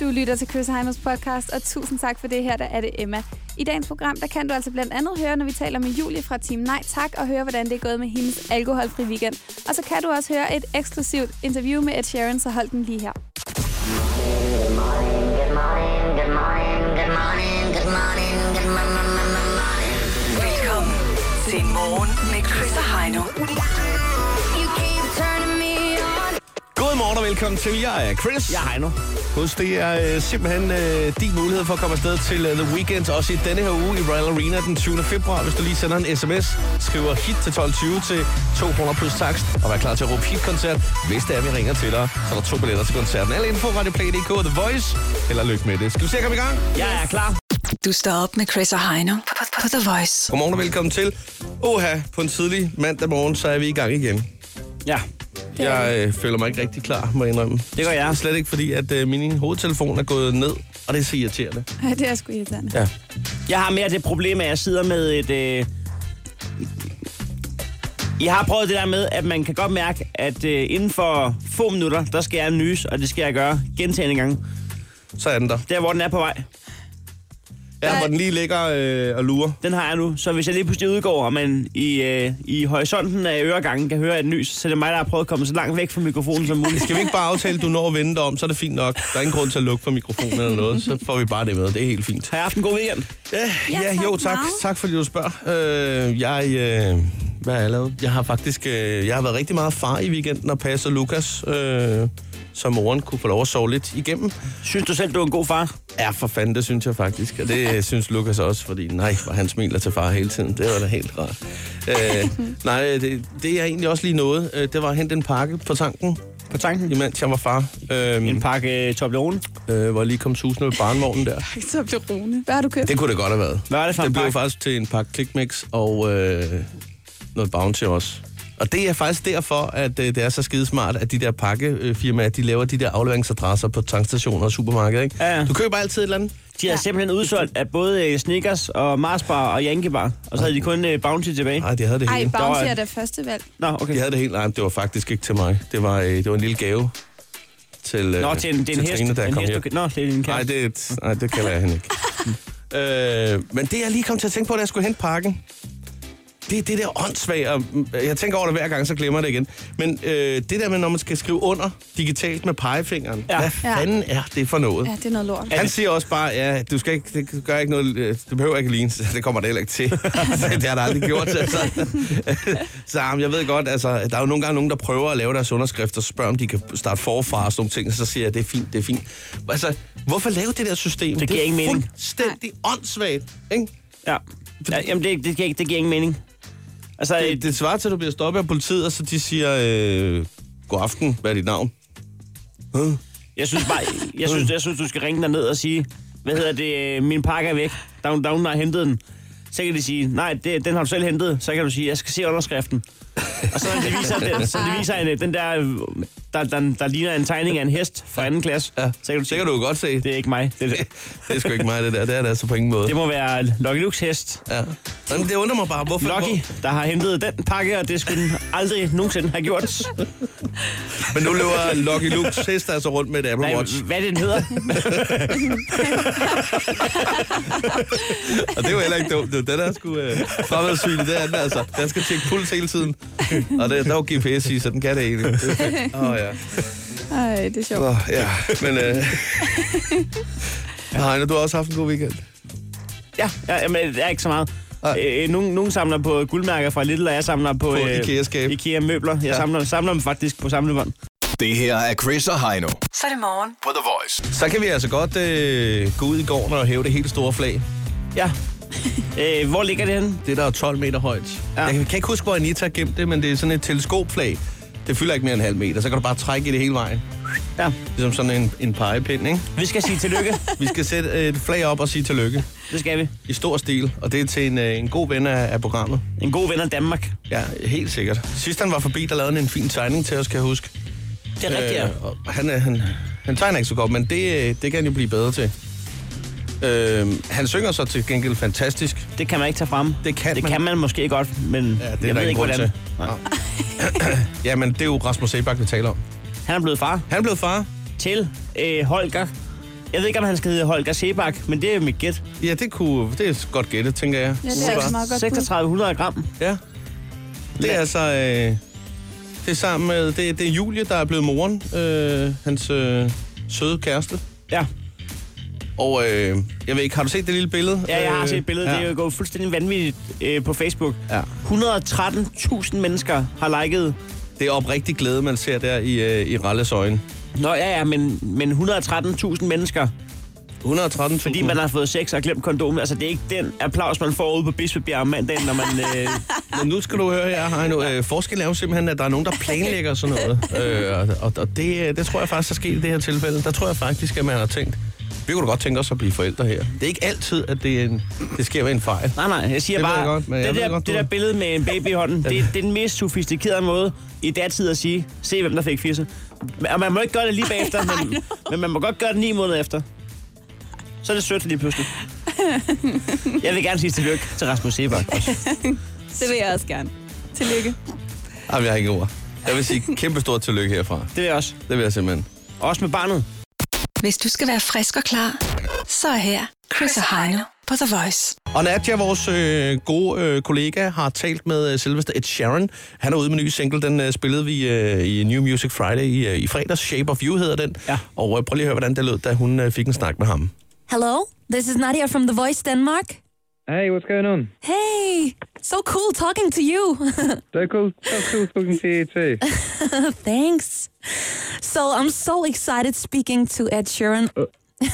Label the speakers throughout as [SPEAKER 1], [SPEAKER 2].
[SPEAKER 1] Du lytter til Chris Heimers podcast, og tusind tak for det her, der er det Emma. I dagens program, der kan du altså blandt andet høre, når vi taler med Julie fra Team Nej Tak, og høre, hvordan det er gået med hendes alkoholfri weekend. Og så kan du også høre et eksklusivt interview med Ed Sheeran, så hold den lige her.
[SPEAKER 2] Velkommen til Morgen med Chris og Heino.
[SPEAKER 3] Godmorgen og velkommen til. Jeg er Chris.
[SPEAKER 4] Jeg er Heino.
[SPEAKER 3] Husk, det er øh, simpelthen øh, din mulighed for at komme afsted til øh, The Weeknd, også i denne her uge i Royal Arena den 20. februar. Hvis du lige sender en sms, skriver hit til 12.20 til 2 kroner plus takst, og vær klar til at råbe hitkoncert, hvis det er, vi ringer til dig. Så er der to billetter til koncerten. Alle info, radioplay.dk, The Voice, eller lykke med det. Skal vi se at komme i gang?
[SPEAKER 4] Jeg er klar.
[SPEAKER 2] Du står op med Chris og Heino på, på, på The Voice.
[SPEAKER 3] Godmorgen og velkommen til. Oha, på en tidlig mandag morgen, så er vi i gang igen.
[SPEAKER 4] Ja,
[SPEAKER 3] Jeg øh, føler mig ikke rigtig klar, må jeg indrømme.
[SPEAKER 4] det gør jeg.
[SPEAKER 3] Slet ikke fordi, at øh, min hovedtelefon er gået ned, og det er så irriterende.
[SPEAKER 1] Ej, det er sgu irriterende.
[SPEAKER 3] Ja.
[SPEAKER 4] Jeg har mere det problem, at jeg sidder med et... Øh... Jeg har prøvet det der med, at man kan godt mærke, at øh, inden for få minutter, der skal jeg nys, og det skal jeg gøre gentagende gange.
[SPEAKER 3] Så er den der.
[SPEAKER 4] Der, hvor den er på vej,
[SPEAKER 3] Ja, hvor den lige ligger øh, og lurer.
[SPEAKER 4] den har jeg nu. Så hvis jeg lige pludselig udgår, og man i, øh, i horisonten af øregangen kan høre et nys, så er det mig, der har prøvet at komme så langt væk fra mikrofonen som muligt.
[SPEAKER 3] Skal vi ikke bare aftale, at du når at vende dig om, så er det fint nok. Der er ingen grund til at lukke for mikrofonen eller noget. Så får vi bare det med. Det er helt fint.
[SPEAKER 4] Har jeg haft en god weekend?
[SPEAKER 3] Ja, ja
[SPEAKER 1] tak
[SPEAKER 3] jo tak.
[SPEAKER 1] meget.
[SPEAKER 3] Tak fordi du spørger. Øh, jeg, øh, hvad har jeg lavet? Jeg har faktisk øh, jeg har været rigtig meget far i weekenden og passer Lukas, øh, så moren kunne få lov at sove lidt igennem.
[SPEAKER 4] Synes du selv, du er en god far?
[SPEAKER 3] Ja, for fanden, det synes jeg faktisk. Og det øh, synes Lukas også, fordi nej, hvor han smiler til far hele tiden. Det var da helt rart. Øh, nej, det, det er egentlig også lige noget. Øh, Det var at hente en pakke på tanken,
[SPEAKER 4] På tanken?
[SPEAKER 3] imens jeg var far. Øhm,
[SPEAKER 4] En pakke øh, Toblerone.
[SPEAKER 3] øh, hvor jeg lige kom susende med barnvognen der.
[SPEAKER 1] Så blev Rune. Hvad har du købt?
[SPEAKER 3] Det kunne det godt have været.
[SPEAKER 4] Hvad var det for en
[SPEAKER 3] det blev
[SPEAKER 4] pakke?
[SPEAKER 3] faktisk til en pakke Clickmix og øh, noget Bounty også. Og det er faktisk derfor, at øh, det er så skidesmart, at de der pakkefirmaer, de laver de der afleveringsadresser på tankstationer og supermarkeder, ikke?
[SPEAKER 4] Ja, ja.
[SPEAKER 3] Du køber altid et eller andet.
[SPEAKER 4] De har simpelthen udsolgt af både øh, Snickers og Mars Bar og Yankee Bar. Og så havde de kun øh, Bounty tilbage.
[SPEAKER 3] Nej, de havde det
[SPEAKER 1] Ej,
[SPEAKER 3] hele.
[SPEAKER 1] Bounty
[SPEAKER 4] Der var-
[SPEAKER 1] er da første valg.
[SPEAKER 4] Nå, okay.
[SPEAKER 3] De havde det helt. Nej, men det var faktisk ikke til mig. Det var, øh, det var en lille gave til, øh,
[SPEAKER 4] Nå, til en, det er en
[SPEAKER 3] til
[SPEAKER 4] hest.
[SPEAKER 3] Trine, der
[SPEAKER 4] en
[SPEAKER 3] kom
[SPEAKER 4] hest,
[SPEAKER 3] hjem.
[SPEAKER 4] du kan- Nå, det er din
[SPEAKER 3] Nej,
[SPEAKER 4] kæreste.
[SPEAKER 3] det, er et- nej, det kalder jeg hende ikke. øh, men det, jeg lige kom til at tænke på, da jeg skulle hente pakken, det er det der åndssvagt, og mm, jeg tænker over det hver gang, så glemmer jeg det igen. Men øh, det der med, når man skal skrive under digitalt med pegefingeren,
[SPEAKER 4] Ja.
[SPEAKER 3] ja. hvad
[SPEAKER 1] Ja.
[SPEAKER 3] fanden er det for noget?
[SPEAKER 1] Ja,
[SPEAKER 3] Ja.
[SPEAKER 1] det er noget lort.
[SPEAKER 3] Han siger også bare, ja, du skal ikke, det gør ikke noget, øh, du behøver ikke ligne, så det kommer det heller ikke til. det har der aldrig gjort. Så, så, så jamen, jeg ved godt, altså, der er jo nogle gange nogen, der prøver at lave deres underskrift og spørger, om de kan starte forfra og sådan nogle ting, og så siger jeg, det er fint, det er fint. Altså, hvorfor lave det der system?
[SPEAKER 4] Det giver
[SPEAKER 3] er
[SPEAKER 4] ingen mening.
[SPEAKER 3] fuldstændig åndssvagt, ikke?
[SPEAKER 4] Ja. ja. Jamen, det, det, giver, ikke- det giver ingen mening. Altså, øh,
[SPEAKER 3] Det, det svarer til, at du bliver stoppet af politiet, og så de siger, øh, god aften, hvad er dit navn?
[SPEAKER 4] jeg synes bare, jeg synes, jeg synes, du skal ringe derned og sige, hvad hedder det, øh, min pakke er væk. Der er nogen, der er nogen, der har hentet den. Så kan de sige, nej, det, den har du selv hentet. Så kan du sige, jeg skal se underskriften. Og så når de viser, den, så de viser en, øh, den der, øh, der, der, der ligner en tegning af en hest fra anden klasse.
[SPEAKER 3] Ja,
[SPEAKER 4] så kan du
[SPEAKER 3] det
[SPEAKER 4] sige,
[SPEAKER 3] kan du jo godt se. Det,
[SPEAKER 4] det er ikke mig. Det, det.
[SPEAKER 3] det er sgu ikke mig, det der. Det er det altså på ingen måde.
[SPEAKER 4] Det må være Lucky Luke's hest.
[SPEAKER 3] Ja. Jamen, det undrer mig bare, hvorfor...
[SPEAKER 4] Lucky, der har hentet den pakke, og det skulle den aldrig nogensinde have gjort.
[SPEAKER 3] Men nu løber Lucky Luke's hest altså rundt med et Apple
[SPEAKER 4] Nej,
[SPEAKER 3] Watch.
[SPEAKER 4] hvad den hedder.
[SPEAKER 3] Og det er jo heller ikke dumt. Det er der sgu øh, fremadsynlig, det er den altså. Den skal tjekke puls hele tiden. Og det, der er jo GPS i, så den kan det egentlig. Det er fedt. Åh oh, ja.
[SPEAKER 1] Ej, det er sjovt.
[SPEAKER 3] Nå, ja. Men øh... Heine, du har også haft en god weekend.
[SPEAKER 4] ja, ja men det er ikke så meget. Øh, nogen, nogen samler på guldmærker fra Little, og jeg samler på, på
[SPEAKER 3] IKEA-skab.
[SPEAKER 4] IKEA-møbler. Jeg
[SPEAKER 3] Ja.
[SPEAKER 4] ja. samler, samler dem faktisk på samlebånd.
[SPEAKER 5] Det her er Chris og Heino
[SPEAKER 2] Så er det morgen.
[SPEAKER 5] på The Voice.
[SPEAKER 3] Så kan vi altså godt øh, gå ud i gården og hæve det helt store flag.
[SPEAKER 4] Ja. Øh, hvor ligger det henne?
[SPEAKER 3] Det der er 12 meter højt. Ja.
[SPEAKER 4] Ja.
[SPEAKER 3] Jeg kan kan ikke huske, hvor Anita gemte det, men det er sådan et teleskopflag. Det fylder ikke mere end en halv meter, så kan du bare trække i det hele vejen.
[SPEAKER 4] Ja.
[SPEAKER 3] Ligesom sådan en, en pegepind, ikke?
[SPEAKER 4] Vi skal sige tillykke.
[SPEAKER 3] Vi skal sætte øh, et flag op og sige tillykke.
[SPEAKER 4] Det skal vi.
[SPEAKER 3] I stor stil, og det er til en, øh, en god ven af, af programmet.
[SPEAKER 4] En god ven af Danmark.
[SPEAKER 3] Ja, helt sikkert. Sidst han var forbi, der lavede han en fin tegning til os, kan jeg huske. Øh,
[SPEAKER 4] Det er rigtigt, ja.
[SPEAKER 3] og han, er- han, han tegner ikke så godt, men det, øh, det kan han jo blive bedre til. Øh, han synger så til gengæld fantastisk.
[SPEAKER 4] Det kan man ikke tage frem.
[SPEAKER 3] Det kan
[SPEAKER 4] det
[SPEAKER 3] man.
[SPEAKER 4] kan man måske godt, men ja,
[SPEAKER 3] er
[SPEAKER 4] det
[SPEAKER 3] der
[SPEAKER 4] jeg ved
[SPEAKER 3] ingen
[SPEAKER 4] ikke,
[SPEAKER 3] grund
[SPEAKER 4] hvordan.
[SPEAKER 3] til.
[SPEAKER 4] Nej.
[SPEAKER 3] Jamen, det er jo Rasmus Sebak, vi taler om.
[SPEAKER 4] Han er blevet far
[SPEAKER 3] Han er blevet far.
[SPEAKER 4] til øh, Holger Jeg ved ikke, om han skal hedde Holger Sebak, men det er mit gæt.
[SPEAKER 3] Ja, det, kunne, det er godt gættet, tænker jeg.
[SPEAKER 1] Ja, det er altså meget godt bud.
[SPEAKER 4] 3600 gram.
[SPEAKER 3] Ja. Det er altså... Øh, det er sammen med... Det, det er Julie, der er blevet moren. Øh, hans øh, søde kæreste.
[SPEAKER 4] Ja,
[SPEAKER 3] Og øh, jeg ved ikke, har du set det lille billede?
[SPEAKER 4] ja jeg har
[SPEAKER 3] Øh,
[SPEAKER 4] set billedet. Ja. Det er jo gået fuldstændig vanvittigt øh, på Facebook.
[SPEAKER 3] Ja.
[SPEAKER 4] 113.000 mennesker har liket.
[SPEAKER 3] Det er oprigtig glæde, man ser der i, øh, i Ralles øjne.
[SPEAKER 4] Nå ja, ja, men, men 113.000 mennesker,
[SPEAKER 3] 113
[SPEAKER 4] fordi man har fået sex og glemt kondomet. Altså, det er ikke den applaus, man får ude på Bispebjerg om mandagen, når man... Øh,
[SPEAKER 3] Men nu skal du høre her, Heino. Øh, forskellen er jo simpelthen, at der er nogen, der planlægger sådan noget. Øh, og- og og det, øh, det tror jeg faktisk er sket i det her tilfælde. Der tror jeg faktisk, at man har tænkt, vi kunne da godt tænke os at blive forældre her. Det er ikke altid, at det, er en, det sker ved en fejl.
[SPEAKER 4] nej, nej, jeg siger
[SPEAKER 3] Det ved
[SPEAKER 4] bare,
[SPEAKER 3] jeg godt, men jeg
[SPEAKER 4] det,
[SPEAKER 3] ved
[SPEAKER 4] der,
[SPEAKER 3] godt, du-
[SPEAKER 4] det der billede med en baby i hånden, det, det er den mest sofistikerede måde i datid at sige, se hvem der fik fisse. Og man må ikke gøre det lige bagefter, men, men man må godt gøre det ni måneder efter. Så er det sødt lige pludselig. Jeg vil gerne sige tillykke til Rasmus Sebak.
[SPEAKER 1] Det vil jeg også gerne. Tillykke.
[SPEAKER 3] Jamen, jeg har ikke ord. Jeg vil sige kæmpe stort tillykke herfra.
[SPEAKER 4] Det vil jeg også.
[SPEAKER 3] Det vil jeg simpelthen.
[SPEAKER 4] Også med barnet.
[SPEAKER 6] Hvis du skal være frisk og klar, så er her Chris og Heino på The Voice.
[SPEAKER 3] Og Nadja, vores øh, gode øh, kollega, har talt med øh, selveste Ed Sheeran. Han er ude med en ny single. Den øh, spillede vi øh, i New Music Friday i, øh, i fredags. Shape of You hedder den.
[SPEAKER 4] Ja.
[SPEAKER 3] Og øh, prøv lige at høre, hvordan det lød, da hun øh, fik en snak med ham.
[SPEAKER 7] Hello, this is Nadia from The Voice Denmark.
[SPEAKER 8] Hey, what's going on?
[SPEAKER 7] Hey, so cool talking to you.
[SPEAKER 8] So cool, so cool talking to you too.
[SPEAKER 7] Thanks. So I'm so excited speaking to Ed Sheeran.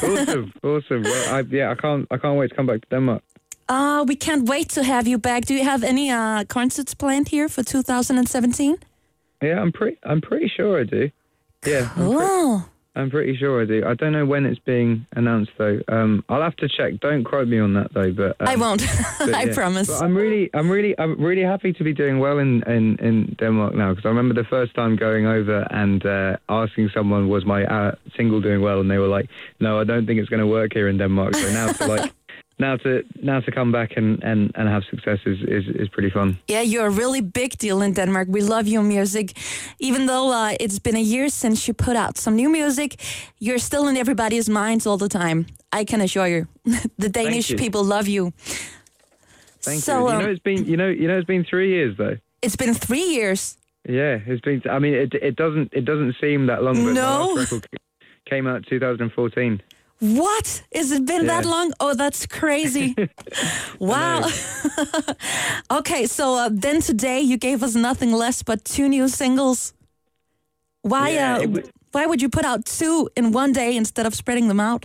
[SPEAKER 8] Awesome, awesome. Well, I, yeah, I can't, I can't wait to come back to Denmark.
[SPEAKER 7] Uh, we can't wait to have you back. Do you have any uh, concerts planned here for 2017?
[SPEAKER 8] Yeah, I'm pretty, I'm pretty sure I do. Yeah, I'm, pre-
[SPEAKER 7] Oh,
[SPEAKER 8] I'm pretty sure I do. I don't know when it's being announced though. Um, I'll have to check. Don't quote me on that though. But um,
[SPEAKER 7] I won't.
[SPEAKER 8] but
[SPEAKER 7] I
[SPEAKER 8] yeah.
[SPEAKER 7] promise.
[SPEAKER 8] But I'm really, I'm really, I'm really happy to be doing well in in, in Denmark now because I remember the first time going over and uh, asking someone was my uh, single doing well, and they were like, "No, I don't think it's going to work here in Denmark." So now to like. Now to now to come back and, and, and have success is, is, is pretty fun.
[SPEAKER 7] Yeah, you're a really big deal in Denmark. We love your music. Even though uh, it's been a year since you put out some new music, you're still in everybody's minds all the time. I can assure you. the Danish
[SPEAKER 8] you.
[SPEAKER 7] people love you.
[SPEAKER 8] Thank
[SPEAKER 7] so, um,
[SPEAKER 8] you. You know it's been you know you know it's been three years though.
[SPEAKER 7] it's been three years.
[SPEAKER 8] Yeah, it's been. I mean, it it doesn't it doesn't seem that long. But
[SPEAKER 7] No.
[SPEAKER 8] My last record came out 2014.
[SPEAKER 7] What? Is it been that
[SPEAKER 8] Yeah.
[SPEAKER 7] long? Oh, that's crazy. wow. okay, so uh, then today you gave us nothing less but two new singles. Why
[SPEAKER 8] Yeah,
[SPEAKER 7] uh,
[SPEAKER 8] it w-
[SPEAKER 7] why would you put out two in one day instead of spreading them out?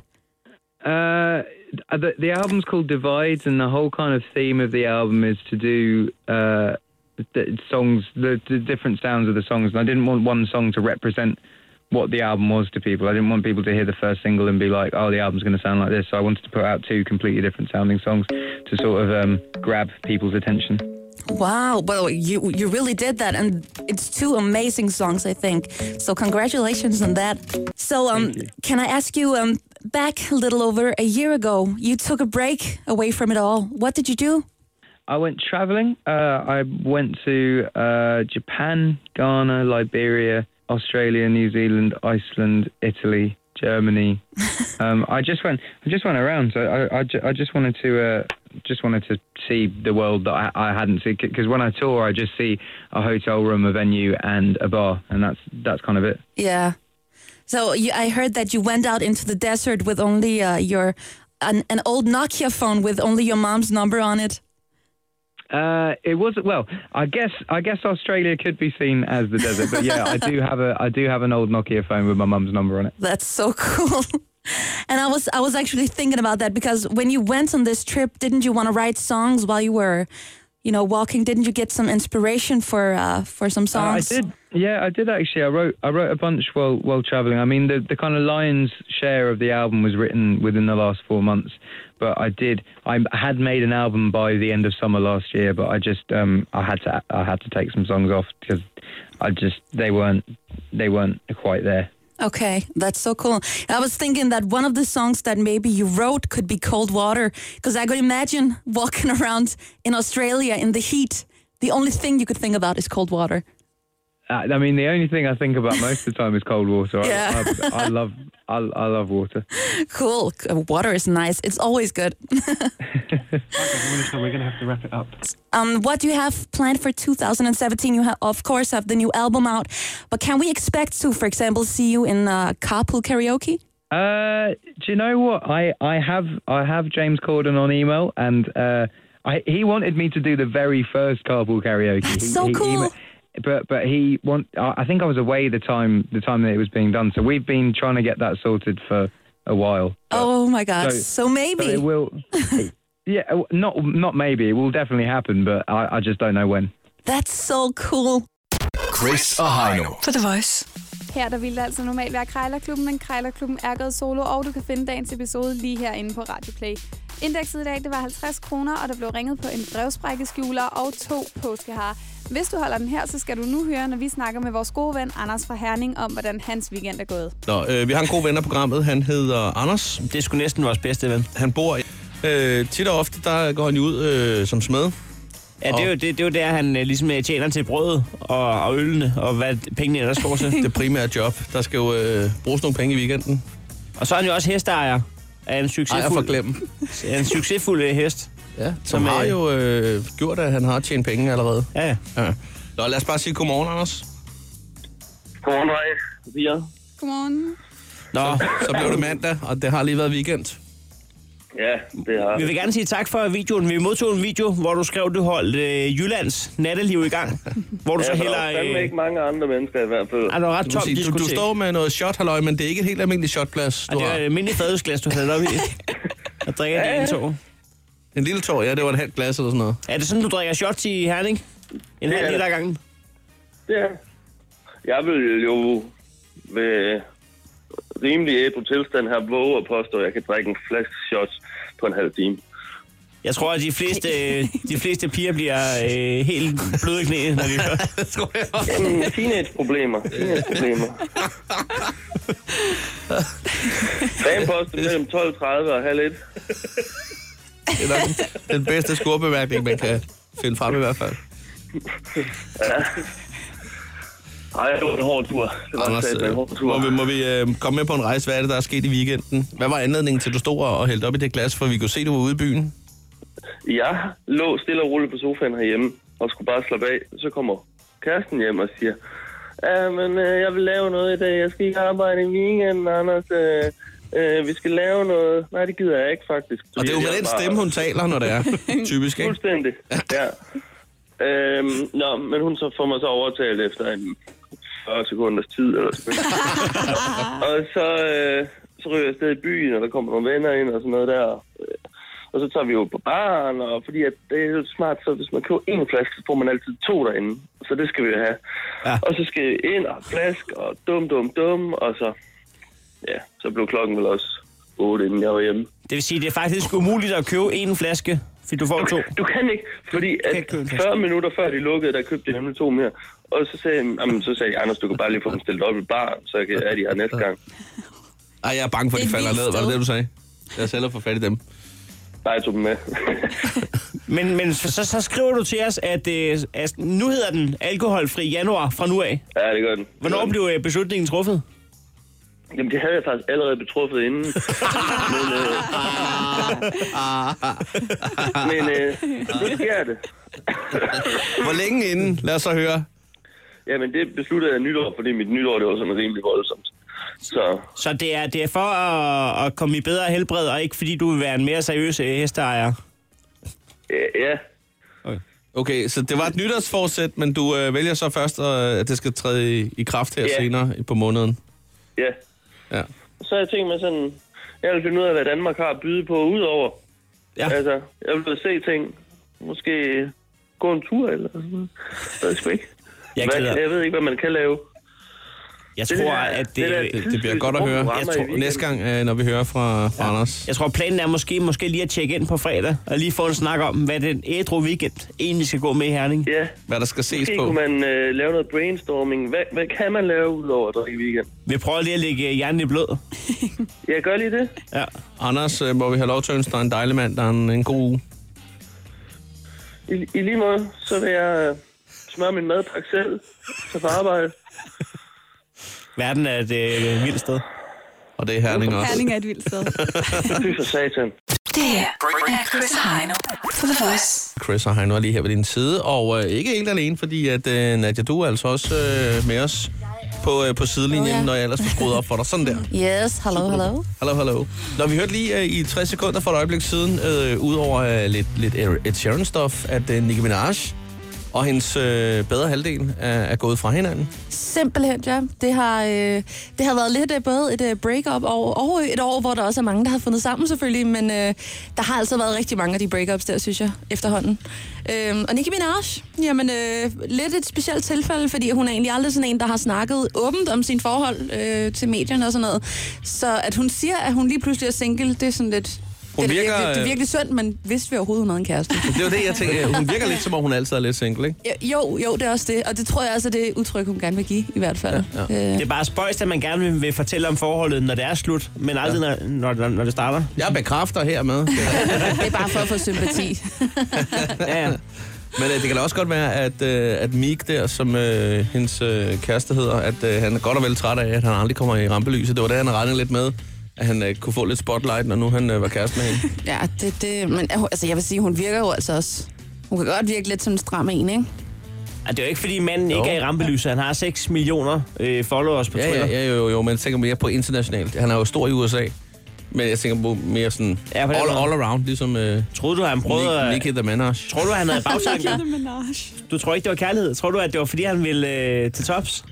[SPEAKER 8] Uh, the, the album's called Divides, and the whole kind of theme of the album is to do uh, the songs, the, the different sounds of the songs. And I didn't want one song to represent what the album was to people. I didn't want people to hear the first single and be like, "Oh, the album's going to sound like this." So I wanted to put out two completely different sounding songs to sort of um, grab people's attention.
[SPEAKER 7] Wow, well, you you really did that, and it's two amazing songs, I think. So congratulations on that. So, um, can I ask you, um, back a little over a year ago, you took a break away from it all. What did you do?
[SPEAKER 8] I went traveling. Uh, I went to uh, Japan, Ghana, Liberia, Australia, New Zealand, Iceland, Italy, Germany. um, I just went. I just went around. So I, I, ju- I just wanted to. Uh, just wanted to see the world that I, I hadn't seen. Because when I tour, I just see a hotel room, a venue, and a bar, and that's that's kind of it.
[SPEAKER 7] Yeah. So you, I heard that you went out into the desert with only uh, your an, an old Nokia phone with only your mom's number on it.
[SPEAKER 8] Uh, it was well. I guess I guess Australia could be seen as the desert, but yeah, I do have a I do have an old Nokia phone with my mum's number on it.
[SPEAKER 7] That's so cool. and I was I was actually thinking about that because when you went on this trip, didn't you want to write songs while you were, you know, walking? Didn't you get some inspiration for uh, for some
[SPEAKER 8] Uh, I
[SPEAKER 7] songs?
[SPEAKER 8] did. Yeah, I did actually. I wrote I wrote a bunch while while traveling. I mean, the the kind of lion's share of the album was written within the last four months, but I did. I had made an album by the end of summer last year, but I just um I had to I had to take some songs off because I just they weren't they weren't quite there.
[SPEAKER 7] Okay, that's so cool. I was thinking that one of the songs that maybe you wrote could be Cold Water, because I could imagine walking around in Australia in the heat. The only thing you could think about is cold water.
[SPEAKER 8] Uh, I mean, the only thing I think about most of the time is cold water.
[SPEAKER 7] Yeah.
[SPEAKER 8] I, I, I love I, I love water.
[SPEAKER 7] Cool. C- uh, Water is nice. It's always good.
[SPEAKER 9] So we're going to have to wrap it up.
[SPEAKER 7] Um, what do you have planned for 2017? You ha- of course have the new album out, but can we expect to, for example, see you in uh, carpool karaoke?
[SPEAKER 8] Uh, do you know what? I, I have I have James Corden on email, and uh, I, he wanted me to do the very first carpool karaoke. That's
[SPEAKER 7] so cool.
[SPEAKER 8] but but he want I I think I was away the time the time that it was being done. So we've been trying to get that sorted for a while.
[SPEAKER 7] Oh my God! So,
[SPEAKER 8] So-
[SPEAKER 7] maybe.
[SPEAKER 8] So it will. yeah, w- not not maybe. It will definitely happen, but I, I just don't know when.
[SPEAKER 7] That's so cool.
[SPEAKER 5] Chris og Heino.
[SPEAKER 6] På The Voice.
[SPEAKER 1] Her der ville det altså normalt være Krejlerklubben, men Krejlerklubben er gået solo, og du kan finde dagens episode lige herinde på Radio Play. Indekset i dag det var 50 kroner, og der blev ringet på en brevsprækkeskjuler og to påskeharer. Hvis du holder den her, så skal du nu høre, når vi snakker med vores gode ven Anders fra Herning om, hvordan hans weekend er gået.
[SPEAKER 3] Nå, øh, vi har en god ven af programmet. Han hedder Anders.
[SPEAKER 4] Det skulle næsten vores bedste ven.
[SPEAKER 3] Han bor i... Øh, tit og ofte, der går han jo ud øh, som smed.
[SPEAKER 4] Ja, det er jo, det, det er jo der, han øh, ligesom øh, tjener til brødet og, og ølene, og hvad pengene ellers går til.
[SPEAKER 3] Det primære job. Der skal jo øh, bruges nogle penge i weekenden.
[SPEAKER 4] og så er han jo også hesteejer
[SPEAKER 3] Ej,
[SPEAKER 4] af en
[SPEAKER 3] jeg
[SPEAKER 4] succesfuld,
[SPEAKER 3] forglemme.
[SPEAKER 4] af en succesfuld øh, hest.
[SPEAKER 3] Ja, som
[SPEAKER 4] Som,
[SPEAKER 3] har
[SPEAKER 4] øh,
[SPEAKER 3] jo øh, gjort, at han har tjent penge allerede.
[SPEAKER 4] Ja, ja.
[SPEAKER 3] Ja. Nå, lad os bare sige godmorgen, Anders.
[SPEAKER 9] Godmorgen, Rej. Ja.
[SPEAKER 1] Godmorgen.
[SPEAKER 4] Nå,
[SPEAKER 3] Så blev det mandag, og det har lige været weekend.
[SPEAKER 9] ja, det har
[SPEAKER 4] vi vil gerne sige tak for videoen. Vi modtog en video, hvor du skrev, du holdt øh, Jyllands natteliv i gang. Hvor du så
[SPEAKER 9] Ja, for der er
[SPEAKER 4] heller...
[SPEAKER 9] fandme
[SPEAKER 4] Øh,
[SPEAKER 9] ikke mange andre mennesker i hvert fald.
[SPEAKER 4] ej, det var ret
[SPEAKER 3] Du,
[SPEAKER 4] tomt
[SPEAKER 3] du, du
[SPEAKER 4] diskotek.
[SPEAKER 3] står med noget shot, halløj, men det er ikke et helt almindeligt shotglas.
[SPEAKER 4] Ej,
[SPEAKER 3] Du
[SPEAKER 4] det var et
[SPEAKER 3] har
[SPEAKER 4] almindeligt fadelsglas, du havde deroppe i. Jeg drikker det en tår.
[SPEAKER 3] en lille tår, ja, det var et halvt glas eller sådan noget.
[SPEAKER 4] Er det sådan, du drikker shots i Herning? En
[SPEAKER 9] er
[SPEAKER 4] halv
[SPEAKER 9] det.
[SPEAKER 4] liter ad gangen?
[SPEAKER 9] Ja. Jeg vil jo ved rimelig ædru tilstand her våge at påstå, at jeg kan drikke en flaske shots på en halv time.
[SPEAKER 4] Jeg tror, at de fleste, øh, de fleste piger bliver øh, helt bløde i knæet, når de hører.
[SPEAKER 3] Det tror jeg også.
[SPEAKER 9] Jamen, teenage-problemer. Teenage-problemer. Dagen påstår mellem 12.30 og halv et.
[SPEAKER 3] Det er nok den- den bedste skurbemærkning, man kan finde frem i hvert fald.
[SPEAKER 9] Ej, det var en hård tur. Det var
[SPEAKER 3] Anders,
[SPEAKER 9] satme en
[SPEAKER 3] øh,
[SPEAKER 9] hård tur.
[SPEAKER 3] må vi, må vi øh, komme med på en rejse? Hvad er det, der er sket i weekenden? Hvad var anledningen til, at du stod og og hældte op i det glas, for vi kunne se, at du var ude i byen?
[SPEAKER 9] Jeg lå stille og roligt på sofaen herhjemme og skulle bare slappe af. Så kommer kæresten hjem og siger, ja, men øh, jeg vil lave noget i dag. Jeg skal ikke arbejde i weekenden, Anders. Øh, øh, vi skal lave noget. Nej, det gider jeg ikke, faktisk.
[SPEAKER 3] Og det er jo
[SPEAKER 9] Fordi
[SPEAKER 3] med
[SPEAKER 9] jeg
[SPEAKER 3] den
[SPEAKER 9] bare-
[SPEAKER 3] stemme, hun taler, når det er. Typisk, ikke?
[SPEAKER 9] Fuldstændig, ja. øhm, nå, men hun så får mig så overtalt efter en 40 sekunders tid. Eller sådan. noget. og så, øh, så ryger jeg afsted i byen, og der kommer nogle venner ind og sådan noget der. Øh, Og så tager vi jo på baren, og fordi at det er jo smart, så hvis man køber en flaske, så får man altid to derinde. Så det skal vi jo have.
[SPEAKER 4] Ja.
[SPEAKER 9] Ja. Og så skal vi ind og flask, og dum, dum, dum, og så, ja, så blev klokken vel også 8, inden jeg var hjemme.
[SPEAKER 4] Det vil sige, at det er faktisk umuligt at købe en flaske, fordi du får to.
[SPEAKER 9] Du kan ikke, fordi
[SPEAKER 4] ikke
[SPEAKER 9] at
[SPEAKER 4] købe en flaske.
[SPEAKER 9] 40 minutter før de lukkede, der købte de nemlig to mere. Og så sagde, jeg, jamen, så sagde de, Anders, du kan bare lige få dem stillet op i bar, så jeg kan, er de her næste gang.
[SPEAKER 3] Ej, jeg er bange for, at de
[SPEAKER 7] Det er et
[SPEAKER 3] falder ned.
[SPEAKER 7] vildt
[SPEAKER 3] Var det
[SPEAKER 7] sted.
[SPEAKER 3] det, du sagde? Jeg selv for fat i dem.
[SPEAKER 9] Nej, jeg tog dem med.
[SPEAKER 4] Men, men så, så skriver du til os, at, øh, at nu hedder den alkoholfri januar fra nu af.
[SPEAKER 9] ja, det gør den.
[SPEAKER 4] Hvornår blev øh, beslutningen truffet?
[SPEAKER 9] Jamen, det havde jeg faktisk allerede betruffet inden. men, øh, men øh, nu sker det.
[SPEAKER 3] Hvor længe inden? Lad os så høre.
[SPEAKER 9] Jamen, det besluttede jeg nytår, fordi mit nytår, det var sådan rimelig voldsomt. Så
[SPEAKER 4] Så det er, det er for at, at komme i bedre helbred, og ikke fordi du vil være en mere seriøs øh, hesteejer.
[SPEAKER 9] øh, ja,
[SPEAKER 3] Okay, så det var et nytårsforsæt, men du øh, vælger så først, øh, at det skal træde i, i kraft her
[SPEAKER 9] Ja.
[SPEAKER 3] senere i- på måneden.
[SPEAKER 9] ja.
[SPEAKER 3] Ja.
[SPEAKER 9] Så har jeg tænkt mig sådan, jeg vil finde ud af, hvad Danmark har at byde på udover
[SPEAKER 4] Ja.
[SPEAKER 9] Altså, jeg vil se ting. Måske gå en tur eller sådan noget. Jeg ved sgu ikke.
[SPEAKER 4] Jeg,
[SPEAKER 9] Hvad,
[SPEAKER 4] gider,
[SPEAKER 9] jeg ved ikke, hvad man kan lave.
[SPEAKER 4] jeg tror, at det,
[SPEAKER 9] der
[SPEAKER 4] det,
[SPEAKER 3] Det, det bliver godt at
[SPEAKER 9] tidsløse
[SPEAKER 3] høre.
[SPEAKER 9] program
[SPEAKER 3] Jeg
[SPEAKER 9] i
[SPEAKER 3] tror,
[SPEAKER 9] weekenden.
[SPEAKER 3] næste gang, øh, når vi hører fra, fra Anders.
[SPEAKER 4] Jeg tror, planen er måske, måske lige at tjekke ind på fredag, og lige få en snak om, hvad den ædru weekend egentlig skal gå med i Herning.
[SPEAKER 9] Ja,
[SPEAKER 3] Hvad der skal ses
[SPEAKER 9] måske
[SPEAKER 3] på.
[SPEAKER 9] kunne man øh, lave noget brainstorming. Hvad, hvad kan man lave udover at drikke i weekend?
[SPEAKER 4] Vi prøver lige at lægge øh, hjernen i blød.
[SPEAKER 9] Jeg gør lige det.
[SPEAKER 4] Ja.
[SPEAKER 3] Anders, øh, må vi have lov til at ønske dig en dejlig mand, der er en, en god uge.
[SPEAKER 9] I, I lige måde, så vil jeg øh, smøre min madpakke selv. Så på arbejde.
[SPEAKER 4] Verden er et øh, vildt sted.
[SPEAKER 3] Og det er Herning også.
[SPEAKER 1] Herning er et vildt sted.
[SPEAKER 9] Fy for satan.
[SPEAKER 6] Det her er Chris og Heino på The Voice.
[SPEAKER 3] Chris og Heino er lige her ved din side, og øh, ikke helt alene, fordi at øh, Nadia, du er altså også øh, med os på, øh, på sidelinjen,
[SPEAKER 7] Nå,
[SPEAKER 3] oh,
[SPEAKER 7] ja.
[SPEAKER 3] ja. når jeg ellers får skruet op for dig. Sådan der.
[SPEAKER 7] Yes, hello, hello.
[SPEAKER 3] Hallo, hallo. Når vi hørte lige øh, i 60 sekunder for et øjeblik siden, øh, udover øh, lidt, lidt Ed Sheeran-stof, at øh, Nicki Minaj og hendes øh, bedre halvdel er, er gået fra hinanden.
[SPEAKER 7] Simpelthen, ja. Det har, øh, det har været lidt øh, både et øh, break-up og, og et år, hvor der også er mange, der har fundet sammen selvfølgelig, men øh, der har altså været rigtig mange af de break-ups der, synes jeg, efterhånden. Øh, og Nicki Minaj, jamen øh, lidt et specielt tilfælde, fordi hun er egentlig aldrig sådan en, der har snakket åbent om sine forhold øh, til medierne og sådan noget. Så at hun siger, at hun lige pludselig er single, det er sådan lidt...
[SPEAKER 3] Hun
[SPEAKER 7] det, er da
[SPEAKER 3] virker,
[SPEAKER 7] virkelig, det er
[SPEAKER 3] øh,
[SPEAKER 7] virkelig synd, men vidste vi overhovedet, hun havde en kæreste?
[SPEAKER 3] Det var det, jeg tænkte. Hun virker lidt, som om hun altid er lidt single, ikke?
[SPEAKER 7] Jo, Jo, jo, det er også det. Og det tror jeg også er det udtryk, hun gerne vil give, i hvert fald. Ja, ja. Øh,
[SPEAKER 4] Det er bare spøjst, at man gerne vil, vil fortælle om forholdet, når det er slut, men aldrig, når, når, når, når det starter.
[SPEAKER 3] Jeg bekræfter hermed.
[SPEAKER 7] det er bare for at få sympati.
[SPEAKER 4] Ja, ja.
[SPEAKER 3] Men øh, det kan da også godt være, at, øh, at Mik der, som øh, hendes øh, kæreste hedder, at øh, han er godt og vel træt af, at han aldrig kommer i rampelyset. Det var det, han regnede lidt med, at han øh, kunne få lidt spotlight, når nu han øh, var kæreste med hende.
[SPEAKER 7] Ja, det, det, men øh, altså, jeg vil sige, hun virker jo altså også... Hun kan godt virke lidt som en stram en, ikke?
[SPEAKER 4] Og det er jo ikke, fordi manden
[SPEAKER 3] Jo.
[SPEAKER 4] ikke er i rampelyset. Han har 6 millioner øh, followers på
[SPEAKER 3] Ja,
[SPEAKER 4] Twitter.
[SPEAKER 3] ja, ja jo, jo, men jeg tænker mere på internationalt. Han er jo stor i USA, men jeg tænker på mere sådan
[SPEAKER 4] Ja,
[SPEAKER 3] ja,
[SPEAKER 4] på den
[SPEAKER 3] all,
[SPEAKER 4] måde.
[SPEAKER 3] all around, ligesom øh,
[SPEAKER 4] Troede du, han prøvede
[SPEAKER 3] Nick,
[SPEAKER 4] at...
[SPEAKER 3] Nicki the Minaj.
[SPEAKER 4] Tror du, han havde bagtanker?
[SPEAKER 1] Nicki Minaj.
[SPEAKER 7] Ah.
[SPEAKER 4] Du tror ikke, det var kærlighed? Tror du, at det var, fordi han ville øh, til tops?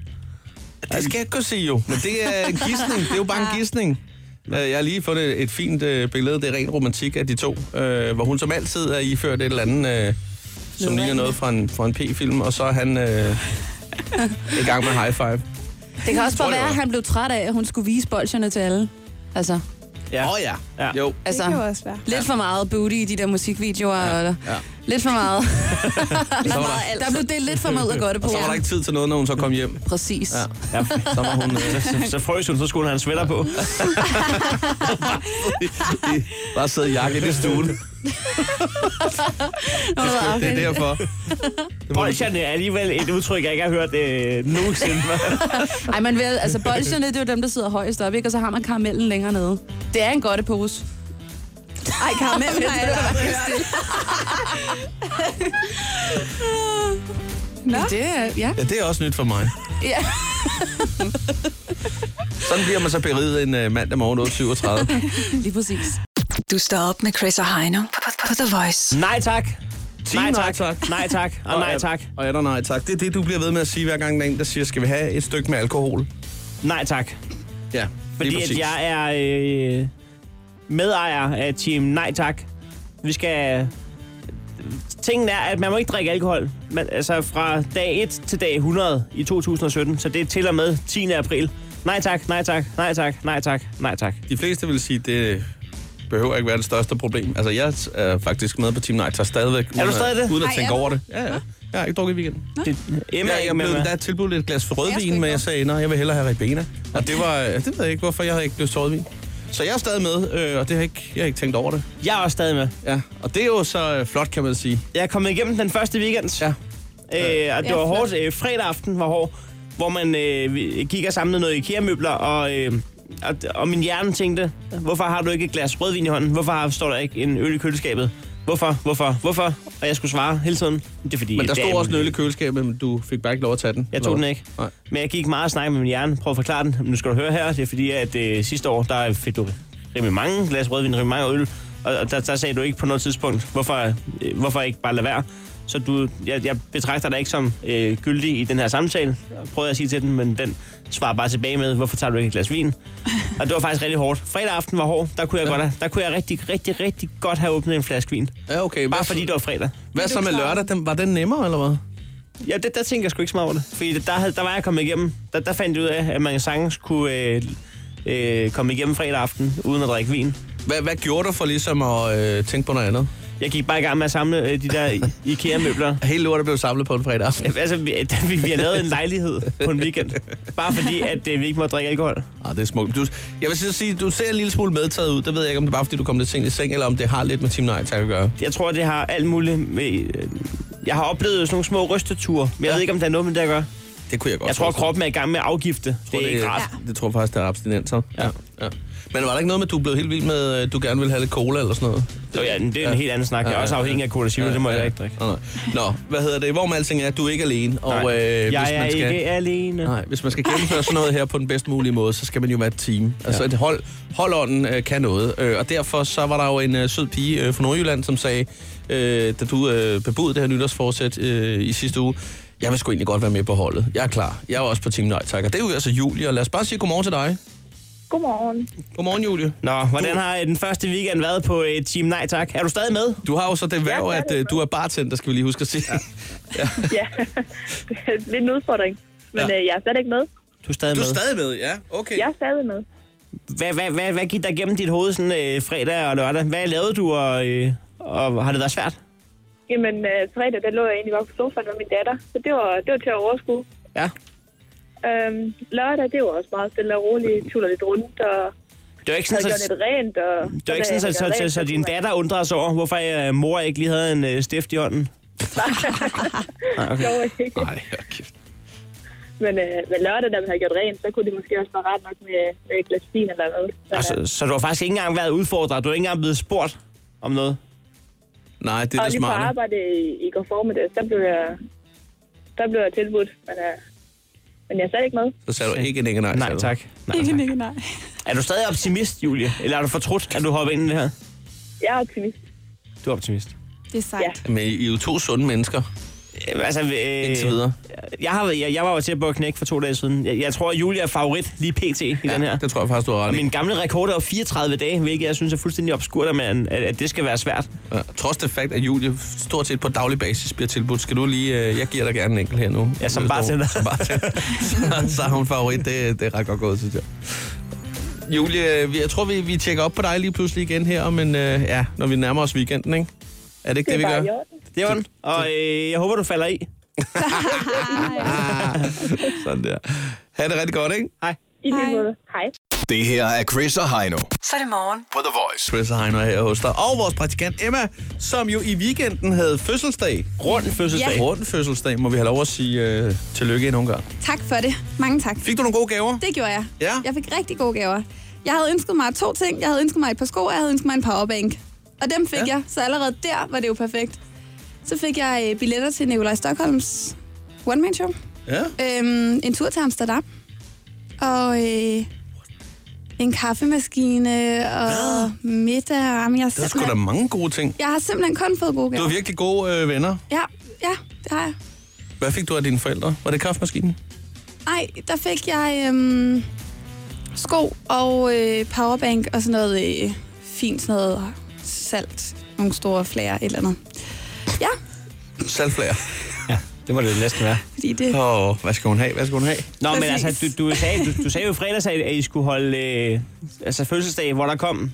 [SPEAKER 3] Det skal jeg ikke kunne sige jo, men det er en gidsning. Det er jo bare en gidsning. Øh, Jeg har lige fundet et fint øh, billede, det er ren romantik af de to, øh, hvor hun som altid er iført et eller andet, øh, som ligner noget fra en, fra en P-film, og så er han øh, i gang med high five.
[SPEAKER 7] Det kan også
[SPEAKER 3] Tror jeg
[SPEAKER 7] bare være,
[SPEAKER 3] jo.
[SPEAKER 7] at han blev træt af, at hun skulle vise bolsjerne til alle. Altså,
[SPEAKER 4] Ja.
[SPEAKER 3] Åh oh, ja.
[SPEAKER 4] Ja.
[SPEAKER 3] jo.
[SPEAKER 1] Det
[SPEAKER 7] altså
[SPEAKER 1] kan jo også være.
[SPEAKER 7] lidt for meget booty i de der musikvideoer. Ja, eller,
[SPEAKER 3] ja.
[SPEAKER 7] Lidt for meget.
[SPEAKER 3] Så var, der,
[SPEAKER 7] der blev det lidt for meget ud af godt på.
[SPEAKER 3] så var der ikke tid til noget, når hun så kom hjem.
[SPEAKER 7] Præcis.
[SPEAKER 3] Ja.
[SPEAKER 7] Ja.
[SPEAKER 4] ja.
[SPEAKER 3] Så var hun øh,
[SPEAKER 4] Så, så frøs hun, så skulle hun have en sweater på.
[SPEAKER 3] bare siddet i jakke i stuen. Det er derfor. Det må
[SPEAKER 4] Bolsjerne er alligevel et udtryk, jeg ikke har hørt øh, nogensinde.
[SPEAKER 7] Ej, man vil, altså bolsjerne, det er jo dem, der sidder højst op, ikke? Og så har man karamellen længere nede. Det er en godt pose.
[SPEAKER 1] Ej, Carmen, nej,
[SPEAKER 7] Det er, ja.
[SPEAKER 3] Ja, det er også nyt for mig.
[SPEAKER 7] ja.
[SPEAKER 3] Sådan bliver man så beriget en øh, mandag morgen 8.37.
[SPEAKER 7] Lige præcis.
[SPEAKER 6] Du står op med Chris og Heino på, på, på The Voice.
[SPEAKER 4] nej tak.
[SPEAKER 3] Team nej tak.
[SPEAKER 4] Nej tak. Og nej tak.
[SPEAKER 3] Og øh, er der nej tak. Det er det, du bliver ved med at sige hver gang, der er en, der siger, skal vi have et stykke med alkohol?
[SPEAKER 4] Nej tak.
[SPEAKER 3] Ja,
[SPEAKER 4] Fordi at jeg er øh, medejer af Team Nej Tak. Vi skal... Tingen er, at man må ikke drikke alkohol. Man, altså fra dag 1 til dag 100 i 2017. Så det er til og med 10. april. Nej tak, nej tak, nej tak, nej tak, nej tak.
[SPEAKER 3] De fleste vil sige, det behøver ikke være det største problem. Altså, jeg er faktisk med på Team Nej, tager stadigvæk, uden,
[SPEAKER 4] du stadig
[SPEAKER 3] at,
[SPEAKER 4] det?
[SPEAKER 3] uden at
[SPEAKER 1] Ej,
[SPEAKER 3] tænke
[SPEAKER 1] er du?
[SPEAKER 3] over det. Ja, ja. Jeg har ikke drukket i weekenden.
[SPEAKER 4] Det, Emma
[SPEAKER 3] Jeg, jeg
[SPEAKER 4] er ikke
[SPEAKER 3] er
[SPEAKER 4] med
[SPEAKER 3] blevet, der
[SPEAKER 4] mig.
[SPEAKER 3] er tilbudt et glas for
[SPEAKER 1] sgu
[SPEAKER 3] rødvin,
[SPEAKER 1] ikke
[SPEAKER 3] men jeg
[SPEAKER 1] noget.
[SPEAKER 3] sagde, nej, jeg vil hellere have Ribena. Og det var, øh, det ved jeg ikke, hvorfor jeg havde ikke lyst til rødvin. Så jeg er stadig med, øh, og det har ikke, jeg har ikke tænkt over det.
[SPEAKER 4] Jeg er også stadig med.
[SPEAKER 3] Ja, og det er jo så øh, flot, kan man sige.
[SPEAKER 4] Jeg er kommet igennem den første weekend.
[SPEAKER 3] Ja.
[SPEAKER 4] Øh, og det
[SPEAKER 1] Ja,
[SPEAKER 4] var
[SPEAKER 1] flot.
[SPEAKER 4] hårdt. Øh, fredag aften var hård, hvor man øh, vi- gik og samlede noget IKEA-møbler, og, øh, og, og min hjerne tænkte, hvorfor har du ikke et glas rødvin i hånden? Hvorfor har, står der ikke en øl i køleskabet? Hvorfor? Hvorfor? Hvorfor? Og jeg skulle svare hele tiden. Det er fordi,
[SPEAKER 3] Men der
[SPEAKER 4] det
[SPEAKER 3] stod
[SPEAKER 4] er-
[SPEAKER 3] også en øl i køleskabet, men du fik bare ikke lov at tage den.
[SPEAKER 4] Jeg tog
[SPEAKER 3] Eller
[SPEAKER 4] den
[SPEAKER 3] hvad?
[SPEAKER 4] ikke.
[SPEAKER 3] Nej.
[SPEAKER 4] Men jeg gik meget og snakkede med min hjerne. Prøv at forklare den. Men Nu skal du høre her. Det er fordi, at øh, sidste år, der fik du rimelig mange glas rødvin, rimelig mange øl. Og, og der, der, sagde du ikke på noget tidspunkt, hvorfor, øh, hvorfor ikke bare lade være. Så du, jeg, jeg betragter dig ikke som øh, gyldig i den her samtale. Jeg Prøvede at sige til den, men den svarer bare tilbage med, hvorfor tager du ikke et glas vin? Og det var faktisk rigtig hårdt. Fredag aften var hård. Der kunne jeg, ja. godt have, der kunne jeg rigtig, rigtig, rigtig godt have åbnet en flaske vin.
[SPEAKER 3] Ja, okay.
[SPEAKER 4] Bare
[SPEAKER 3] Hvad-
[SPEAKER 4] fordi det var fredag.
[SPEAKER 3] Hvad så med lørdag? Den, var den nemmere, eller hvad?
[SPEAKER 4] Ja, det, der tænker jeg sgu ikke så meget over det. Fordi der, havde- der var jeg kommet igennem. Der, der fandt jeg ud af, at man sagtens kunne øh, øh, komme igennem fredag aften, uden at drikke vin.
[SPEAKER 3] Hvad, hvad gjorde du for ligesom at øh, tænke på noget andet?
[SPEAKER 4] Jeg gik bare i gang med at samle øh, de der I- IKEA-møbler.
[SPEAKER 3] Hele lortet blev samlet på en fredag aften.
[SPEAKER 4] Altså, vi, vi, vi har lavet en lejlighed på en weekend. Bare fordi, at øh, vi ikke må drikke alkohol.
[SPEAKER 3] Ah, det er smukt. Du, jeg vil så sige, du ser en lille smule medtaget ud. Det ved jeg ikke, om det er bare fordi, du kom lidt sent i seng, eller om det har lidt med Team Night at gøre.
[SPEAKER 4] Jeg tror, det har alt muligt med... Øh, jeg har oplevet sådan nogle små rysteture, men jeg
[SPEAKER 3] Ja.
[SPEAKER 4] ved ikke, om der er noget med det at gøre.
[SPEAKER 3] det kunne jeg godt
[SPEAKER 4] Jeg tror, at
[SPEAKER 3] forestille mig.
[SPEAKER 4] kroppen er i gang med at afgifte.
[SPEAKER 3] Jeg
[SPEAKER 4] det er ikke ret.
[SPEAKER 3] det, det, det tror jeg faktisk, det er abstinenser. Ja. ja. Men var der ikke noget med, at du blev helt vild med, at du gerne ville have lidt cola eller sådan noget?
[SPEAKER 4] Så ja, det er en helt anden snak. Jeg er også afhængig af Cola Zero, det må jeg ikke drikke.
[SPEAKER 3] Nå, nej. Nå, hvad hedder det? Hvor med alting er, du er ikke alene. Og, øh,
[SPEAKER 4] Nej.
[SPEAKER 3] hvis
[SPEAKER 4] jeg er
[SPEAKER 3] man skal,
[SPEAKER 4] ikke alene.
[SPEAKER 3] Nej, hvis man skal gennemføre sådan noget her på den bedst mulige måde, så skal man jo være et team. Altså et hold, holdånden øh, kan noget. Øh, og derfor så var der jo en øh, sød pige øh, fra Nordjylland, som sagde, øh, da du øh, bebudede det her nytårsforsæt øh, i sidste uge, jeg vil sgu egentlig godt være med på holdet. Jeg er klar. Jeg er også på Team Nej, tak. Og det er jo altså Julie, og lad os bare sige godmorgen til dig.
[SPEAKER 10] Godmorgen.
[SPEAKER 3] Godmorgen, Julie.
[SPEAKER 4] Nå, hvordan har øh, den første weekend været på øh, Team Nej Tak? Er du stadig med?
[SPEAKER 3] Du har jo så det værv, at øh, du er bartender, skal vi lige huske at sige.
[SPEAKER 10] Ja, lidt en udfordring. Men
[SPEAKER 3] Ja.
[SPEAKER 10] ja. øh, jeg er slet ikke med.
[SPEAKER 4] Du er stadig
[SPEAKER 3] Du
[SPEAKER 4] med.
[SPEAKER 3] er stadig med, ja. Okay.
[SPEAKER 10] Jeg er stadig med.
[SPEAKER 4] Hvad, hvad, hvad, hvad gik der gennem dit hoved sådan øh, fredag og lørdag? Hvad lavede du, og, øh, og har det været svært?
[SPEAKER 10] Jamen, øh, fredag, der lå jeg egentlig bare på sofaen med min datter, så det var, det var til at overskue.
[SPEAKER 4] Ja.
[SPEAKER 10] Øhm, lørdag, det var også meget stille og roligt, tuller lidt rundt, og
[SPEAKER 4] Det var ikke
[SPEAKER 10] så
[SPEAKER 4] sådan,
[SPEAKER 10] gjorde
[SPEAKER 4] så,
[SPEAKER 10] lidt rent. Og,
[SPEAKER 4] det var ikke sådan, så, så, så, så din datter undrede sig over, hvorfor øh, mor ikke lige havde en øh, stift i hånden.
[SPEAKER 10] Nej, okay.
[SPEAKER 3] Nej, okay.
[SPEAKER 10] men, øh, men lørdag, da vi havde gjort rent, så kunne det måske også være ret nok med, med et glas vin eller noget. Så,
[SPEAKER 4] Altså, så du har faktisk ikke engang været udfordret. Du har ikke engang blevet spurgt om noget.
[SPEAKER 3] Nej, det er
[SPEAKER 10] og
[SPEAKER 3] det
[SPEAKER 10] lige på
[SPEAKER 3] smarte.
[SPEAKER 10] arbejde i, i går formiddag, der blev jeg, der blev jeg tilbudt, men, øh, men jeg er slet ikke med.
[SPEAKER 3] Så sagde du ikke en ikke nej. sagde
[SPEAKER 4] Nej,
[SPEAKER 3] du.
[SPEAKER 4] tak. Nej,
[SPEAKER 1] Ikke
[SPEAKER 4] tak.
[SPEAKER 1] nikke, nej.
[SPEAKER 4] Er du stadig optimist, Julie? Eller er du fortrudt, at du hopper ind i det her?
[SPEAKER 10] Jeg er optimist.
[SPEAKER 4] Du er optimist.
[SPEAKER 1] Det er sejt.
[SPEAKER 10] Ja.
[SPEAKER 3] Men I er jo to sunde mennesker,
[SPEAKER 4] Øh, altså, øh,
[SPEAKER 3] indtil videre.
[SPEAKER 4] Jeg, har, jeg, jeg var jo til at knække for to dage siden. Jeg, jeg tror, at Julie er favorit lige pt. i den her.
[SPEAKER 3] Det tror jeg faktisk, du har
[SPEAKER 4] Og
[SPEAKER 3] ret i.
[SPEAKER 4] min gamle rekord er jo 34 dage, hvilket jeg synes er fuldstændig obskurt, at, man, at, at det skal være svært.
[SPEAKER 3] Ja, trods det fakt, at Julie stort set på daglig basis bliver tilbudt, skal du lige... Øh, jeg giver dig gerne en enkelt her nu.
[SPEAKER 4] Ja,
[SPEAKER 3] Hvis
[SPEAKER 4] som
[SPEAKER 3] du-
[SPEAKER 4] bartender.
[SPEAKER 3] Som bartender. så, så er hun favorit. Det, det er ret godt gået, synes jeg. Julie, øh, vi- jeg tror, vi, vi tjekker op på dig lige pludselig igen her, men øh, ja, når vi nærmer os weekenden, ikke? Er det ikke det, vi
[SPEAKER 10] bare
[SPEAKER 3] gør?
[SPEAKER 10] i orden.
[SPEAKER 4] Det var den. Og øh, jeg håber, du falder i.
[SPEAKER 3] Sådan der. Ha' det rigtig godt, ikke?
[SPEAKER 10] I lige måde. Hej.
[SPEAKER 5] Det her er Chris og Heino
[SPEAKER 6] Så er det morgen.
[SPEAKER 5] på The Voice.
[SPEAKER 3] Chris og Heino her hos dig. Og vores praktikant Emma, som jo i weekenden havde fødselsdag.
[SPEAKER 4] Rund fødselsdag.
[SPEAKER 3] Ja. Rundt fødselsdag, må vi have lov at sige øh, tillykke endnu en gang.
[SPEAKER 1] Tak for det. Mange tak.
[SPEAKER 3] Fik du nogle gode gaver?
[SPEAKER 1] Det gjorde jeg.
[SPEAKER 3] Ja.
[SPEAKER 1] Jeg fik rigtig gode gaver. Jeg havde ønsket mig to ting. Jeg havde ønsket mig et par sko, og jeg havde ønsket mig en powerbank. Og dem fik
[SPEAKER 3] Ja.
[SPEAKER 1] ja. jeg, så allerede der var det jo perfekt. Så fik jeg øh, billetter til Nikolaj Stockholms One Man Show.
[SPEAKER 3] Ja.
[SPEAKER 1] Øhm, en tur til Amsterdam. Og øh, en kaffemaskine og middag. Jamen, jeg, har
[SPEAKER 3] Der er sgu da
[SPEAKER 1] simpelthen-
[SPEAKER 3] mange gode ting.
[SPEAKER 1] jeg har simpelthen kun fået gode
[SPEAKER 3] Du
[SPEAKER 1] gaver.
[SPEAKER 3] er virkelig gode øh, venner.
[SPEAKER 1] Ja, ja, det har jeg.
[SPEAKER 3] Hvad fik du af dine forældre? Var det kaffemaskinen?
[SPEAKER 1] Nej, der fik jeg øhm, sko og øh, powerbank og sådan noget øh, fint sådan noget salt. Nogle store flager, et eller andet. Ja,
[SPEAKER 3] Saltflager.
[SPEAKER 4] Det må det næsten være.
[SPEAKER 1] fordi det...
[SPEAKER 3] Åh, oh, hvad skal hun have? Hvad skal hun have?
[SPEAKER 4] Nå, men
[SPEAKER 1] Præcis.
[SPEAKER 4] altså, du, du, sagde, du, du sagde jo i fredags, at at I skulle holde øh, altså, fødselsdag, hvor der kom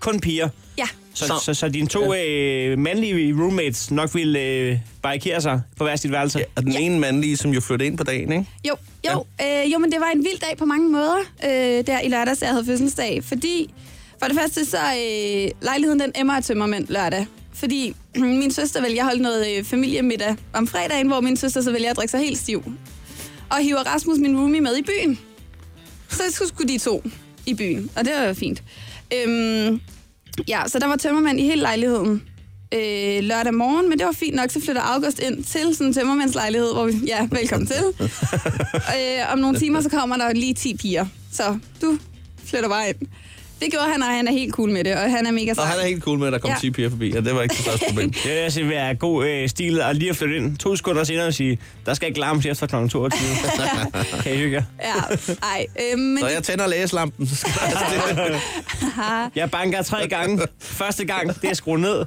[SPEAKER 4] kun piger.
[SPEAKER 1] Ja,
[SPEAKER 3] Så-
[SPEAKER 4] Så, så, så, så dine to øh, mandlige roommates nok ville øh, barrikere sig på hver sit værelse.
[SPEAKER 3] Ja, og den ene mandlige, som jo flyttede ind på dagen, ikke?
[SPEAKER 1] jo, jo, øh, jo, men det var en vild dag på mange måder, øh, der i lørdags, da jeg havde fødselsdag, fordi for det første så øh, lejligheden den emmer af tømmermænd lørdag, fordi min søster vælger at holde noget øh, familiemiddag om fredagen, hvor min søster så vælger at drikke sig helt stiv. Og hiver Rasmus, min roomie, med i byen. Så skulle- skulle de to i byen, og det var jo fint. Øhm, ja, så der var tømmermand i hele lejligheden øh, lørdag morgen, men det var fint nok, så flytter August ind til sådan en tømmermandslejlighed, hvor vi, ja, velkommen til. øh, om nogle timer, så kommer der lige 10 piger, så du flytter bare ind. Det gjorde han, og han er helt cool med det, og han er mega
[SPEAKER 3] Og
[SPEAKER 1] sej.
[SPEAKER 3] han er helt cool med, at der kom
[SPEAKER 1] Ja.
[SPEAKER 3] 10 piger forbi, og det var ikke det største problem.
[SPEAKER 4] Det vil altså være god øh, stil at lige at flytte ind to sekunder senere og sige, der skal ikke larmes efter kl. 22. kan I hygge jer?
[SPEAKER 1] Ja, ej, øh, men
[SPEAKER 3] Når jeg tænder lægeslampen, så skal der
[SPEAKER 4] Jeg banker tre gange. Første gang, det er skru ned.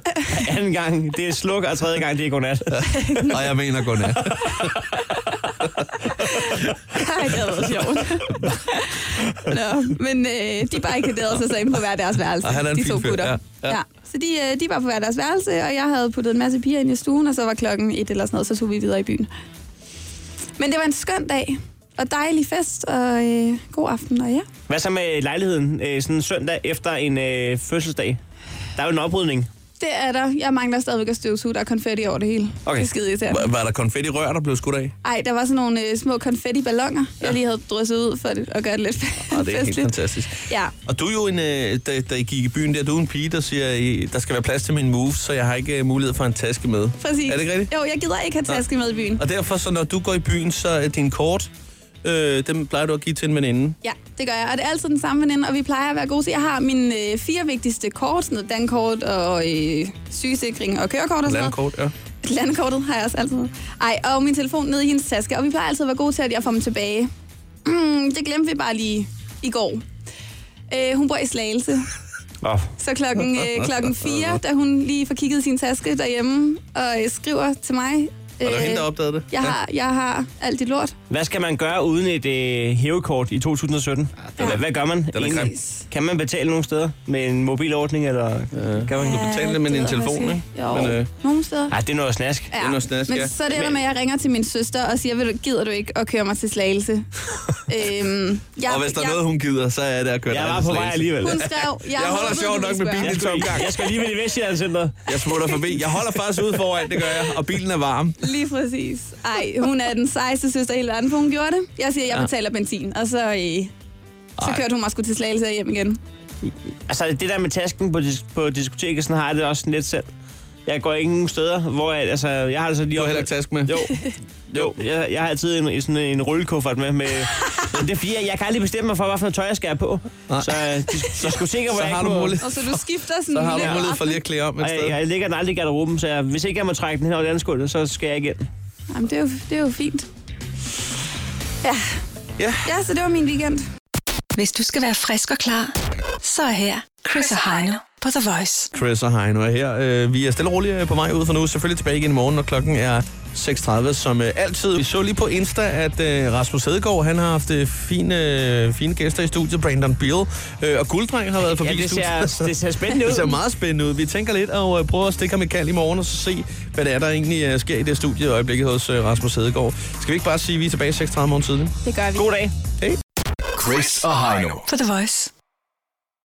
[SPEAKER 4] Anden gang, det er sluk. Og tredje gang, det er godnat.
[SPEAKER 3] Og jeg mener kun af.
[SPEAKER 1] Ej, det havde været sjovt. Nå, men øh, de barrikaderede sig så inde på hver deres værelse,
[SPEAKER 3] Og Ah, han er en
[SPEAKER 1] de
[SPEAKER 3] fin
[SPEAKER 1] to
[SPEAKER 3] fyr,
[SPEAKER 1] gutter.
[SPEAKER 3] ja, ja.
[SPEAKER 1] Så de, øh, de var på hver deres værelse, og jeg havde puttet en masse piger ind i stuen, og så var klokken et eller sådan noget, så tog vi videre i byen. Men det var en skøn dag, og dejlig fest, og øh, god aften, og ja.
[SPEAKER 4] Hvad så med lejligheden øh, sådan en søndag efter en øh, fødselsdag? Der er jo en oprydning.
[SPEAKER 1] Det er der. Jeg mangler stadigvæk at støvsuge. Der er konfetti over det hele. Det er skide irriterende.
[SPEAKER 3] Var, var der konfetti rør, der blev skudt af?
[SPEAKER 1] Ej, der var sådan nogle øh, små konfetti-ballonger, ja. jeg lige havde drysset ud for det, og gøre det lidt
[SPEAKER 3] Og Ah, det er helt fantastisk.
[SPEAKER 1] Ja,
[SPEAKER 3] Og du er jo en, øh, da, da I gik i byen der, du er en pige, der siger, øh, der skal være plads til min move, så jeg har ikke øh, mulighed for en taske med.
[SPEAKER 1] præcis.
[SPEAKER 3] Er det ikke rigtigt?
[SPEAKER 1] Jo, jeg gider ikke have
[SPEAKER 3] Nej.
[SPEAKER 1] taske med i byen.
[SPEAKER 3] Og derfor, så når du går i byen, så er din kort, øh, dem plejer du at give til en veninde.
[SPEAKER 1] Ja, det gør jeg. Og det er altid den samme veninde, og vi plejer at være gode til. Jeg har mine øh, fire vigtigste kort, sådan noget dankort og øh, sygesikring og kørekort og sådan noget.
[SPEAKER 3] Landkort, ja.
[SPEAKER 1] Landkortet har jeg også altid. med. Ej, og min telefon nede i hendes taske, og vi plejer altid at være gode til, at jeg får dem tilbage. Mm, det glemte vi bare lige i går. Øh, hun bor i Slagelse,
[SPEAKER 3] Oh.
[SPEAKER 1] så klokken, øh, klokken 4, da hun lige får kigget i sin taske derhjemme og øh, skriver til mig. øh,
[SPEAKER 4] det var hende, der opdagede det?
[SPEAKER 1] Jeg
[SPEAKER 4] Ja.
[SPEAKER 1] har, jeg har alt dit lort.
[SPEAKER 4] Hvad skal man gøre uden et øh, hævekort i 2017? Ja, hvad, hvad gør man? egentlig? Kan man betale nogle steder med en mobilordning, eller ja. kan man
[SPEAKER 1] Ja, betale det med det din ved jeg telefon, faktisk ikke? ikke? Jo. Men, øh, Nogle steder.
[SPEAKER 4] Ej, det er noget snask. Ja. Det er noget snask,
[SPEAKER 1] Men så er det der med, at jeg ringer til min søster og siger, "Ved du, gider du ikke at køre mig til Slagelse? øhm, jeg,
[SPEAKER 3] og hvis der er
[SPEAKER 1] jeg,
[SPEAKER 3] noget, hun gider, så er det at køre
[SPEAKER 4] Jeg
[SPEAKER 3] dig
[SPEAKER 4] var
[SPEAKER 3] til
[SPEAKER 4] på vej
[SPEAKER 3] Slagelse.
[SPEAKER 4] alligevel.
[SPEAKER 1] Hun skrev, "Jeg
[SPEAKER 3] jeg, holder
[SPEAKER 1] håbede,
[SPEAKER 3] sjovt
[SPEAKER 1] du
[SPEAKER 3] nok
[SPEAKER 1] ville
[SPEAKER 3] med bilen
[SPEAKER 1] spørge."
[SPEAKER 3] i tom gang.
[SPEAKER 4] Jeg skal alligevel i Vestjyllandscenteret.
[SPEAKER 3] Jeg smutter forbi. Jeg holder faktisk ude foran, det gør jeg. Og bilen er varm.
[SPEAKER 1] Lige præcis. Ej, hun er den sejeste søster i hele verden, for hun gjorde det. Jeg siger, jeg
[SPEAKER 4] Ja.
[SPEAKER 1] betaler benzin, og så, øh, så
[SPEAKER 4] Ej.
[SPEAKER 1] kørte hun mig sgu til Slagelse og hjem igen.
[SPEAKER 4] Altså, det der med tasken på, dis- på diskoteket, sådan har jeg det også sådan lidt selv. Jeg går ikke nogen steder, hvor jeg, altså, jeg har altså lige... Du har heller
[SPEAKER 3] ikke taske med?
[SPEAKER 4] Jo. Jo, jeg, jeg har altid en, sådan en rullekuffert med. med men det er fordi, jeg, jeg kan aldrig bestemme mig for, hvad for noget tøj jeg skal have på. Så, øh, dis- så skulle sikkert, hvor
[SPEAKER 3] Så
[SPEAKER 4] jeg
[SPEAKER 3] har
[SPEAKER 4] ikke
[SPEAKER 3] du
[SPEAKER 4] må-
[SPEAKER 3] mulighed.
[SPEAKER 1] Og så du skifter sådan
[SPEAKER 3] Så har du
[SPEAKER 1] lidt
[SPEAKER 3] mulighed for lige at klæde om et
[SPEAKER 4] Og jeg,
[SPEAKER 3] sted.
[SPEAKER 4] jeg ligger den aldrig i garderoben, så jeg, hvis ikke jeg må trække den hen over det andet skuld, så skal jeg ikke ind.
[SPEAKER 1] Jamen, det er, jo, det er jo fint. Ja.
[SPEAKER 3] ja.
[SPEAKER 1] Ja, så det var min weekend.
[SPEAKER 6] Hvis du skal være frisk og klar, så er her Chris og Heino på The Voice.
[SPEAKER 3] Chris og Heino er her. Øh, Vi er stille og roligt øh, på vej ud for nu. Selvfølgelig tilbage igen i morgen, når klokken er 6.30, som øh, altid. Vi så lige på Insta, at øh, Rasmus Hedegaard, han har haft øh, fine, øh, fine gæster i studiet. Brandon Beal øh, og Gulddreng har været forbi
[SPEAKER 4] Ja, det
[SPEAKER 3] i studiet.
[SPEAKER 4] ser- det ser spændende ud.
[SPEAKER 3] det ser meget spændende ud. Vi tænker lidt og øh, prøver at stikke ham i kald i morgen og så se, hvad det er, der egentlig øh, sker i det studie i øjeblikket hos øh, Rasmus Hedegaard. Skal vi ikke bare sige, at vi er tilbage 6.30 morgen tidlig?
[SPEAKER 1] Det gør vi.
[SPEAKER 4] God dag.
[SPEAKER 3] Hej.
[SPEAKER 5] Chris og Heino.
[SPEAKER 6] På The Voice.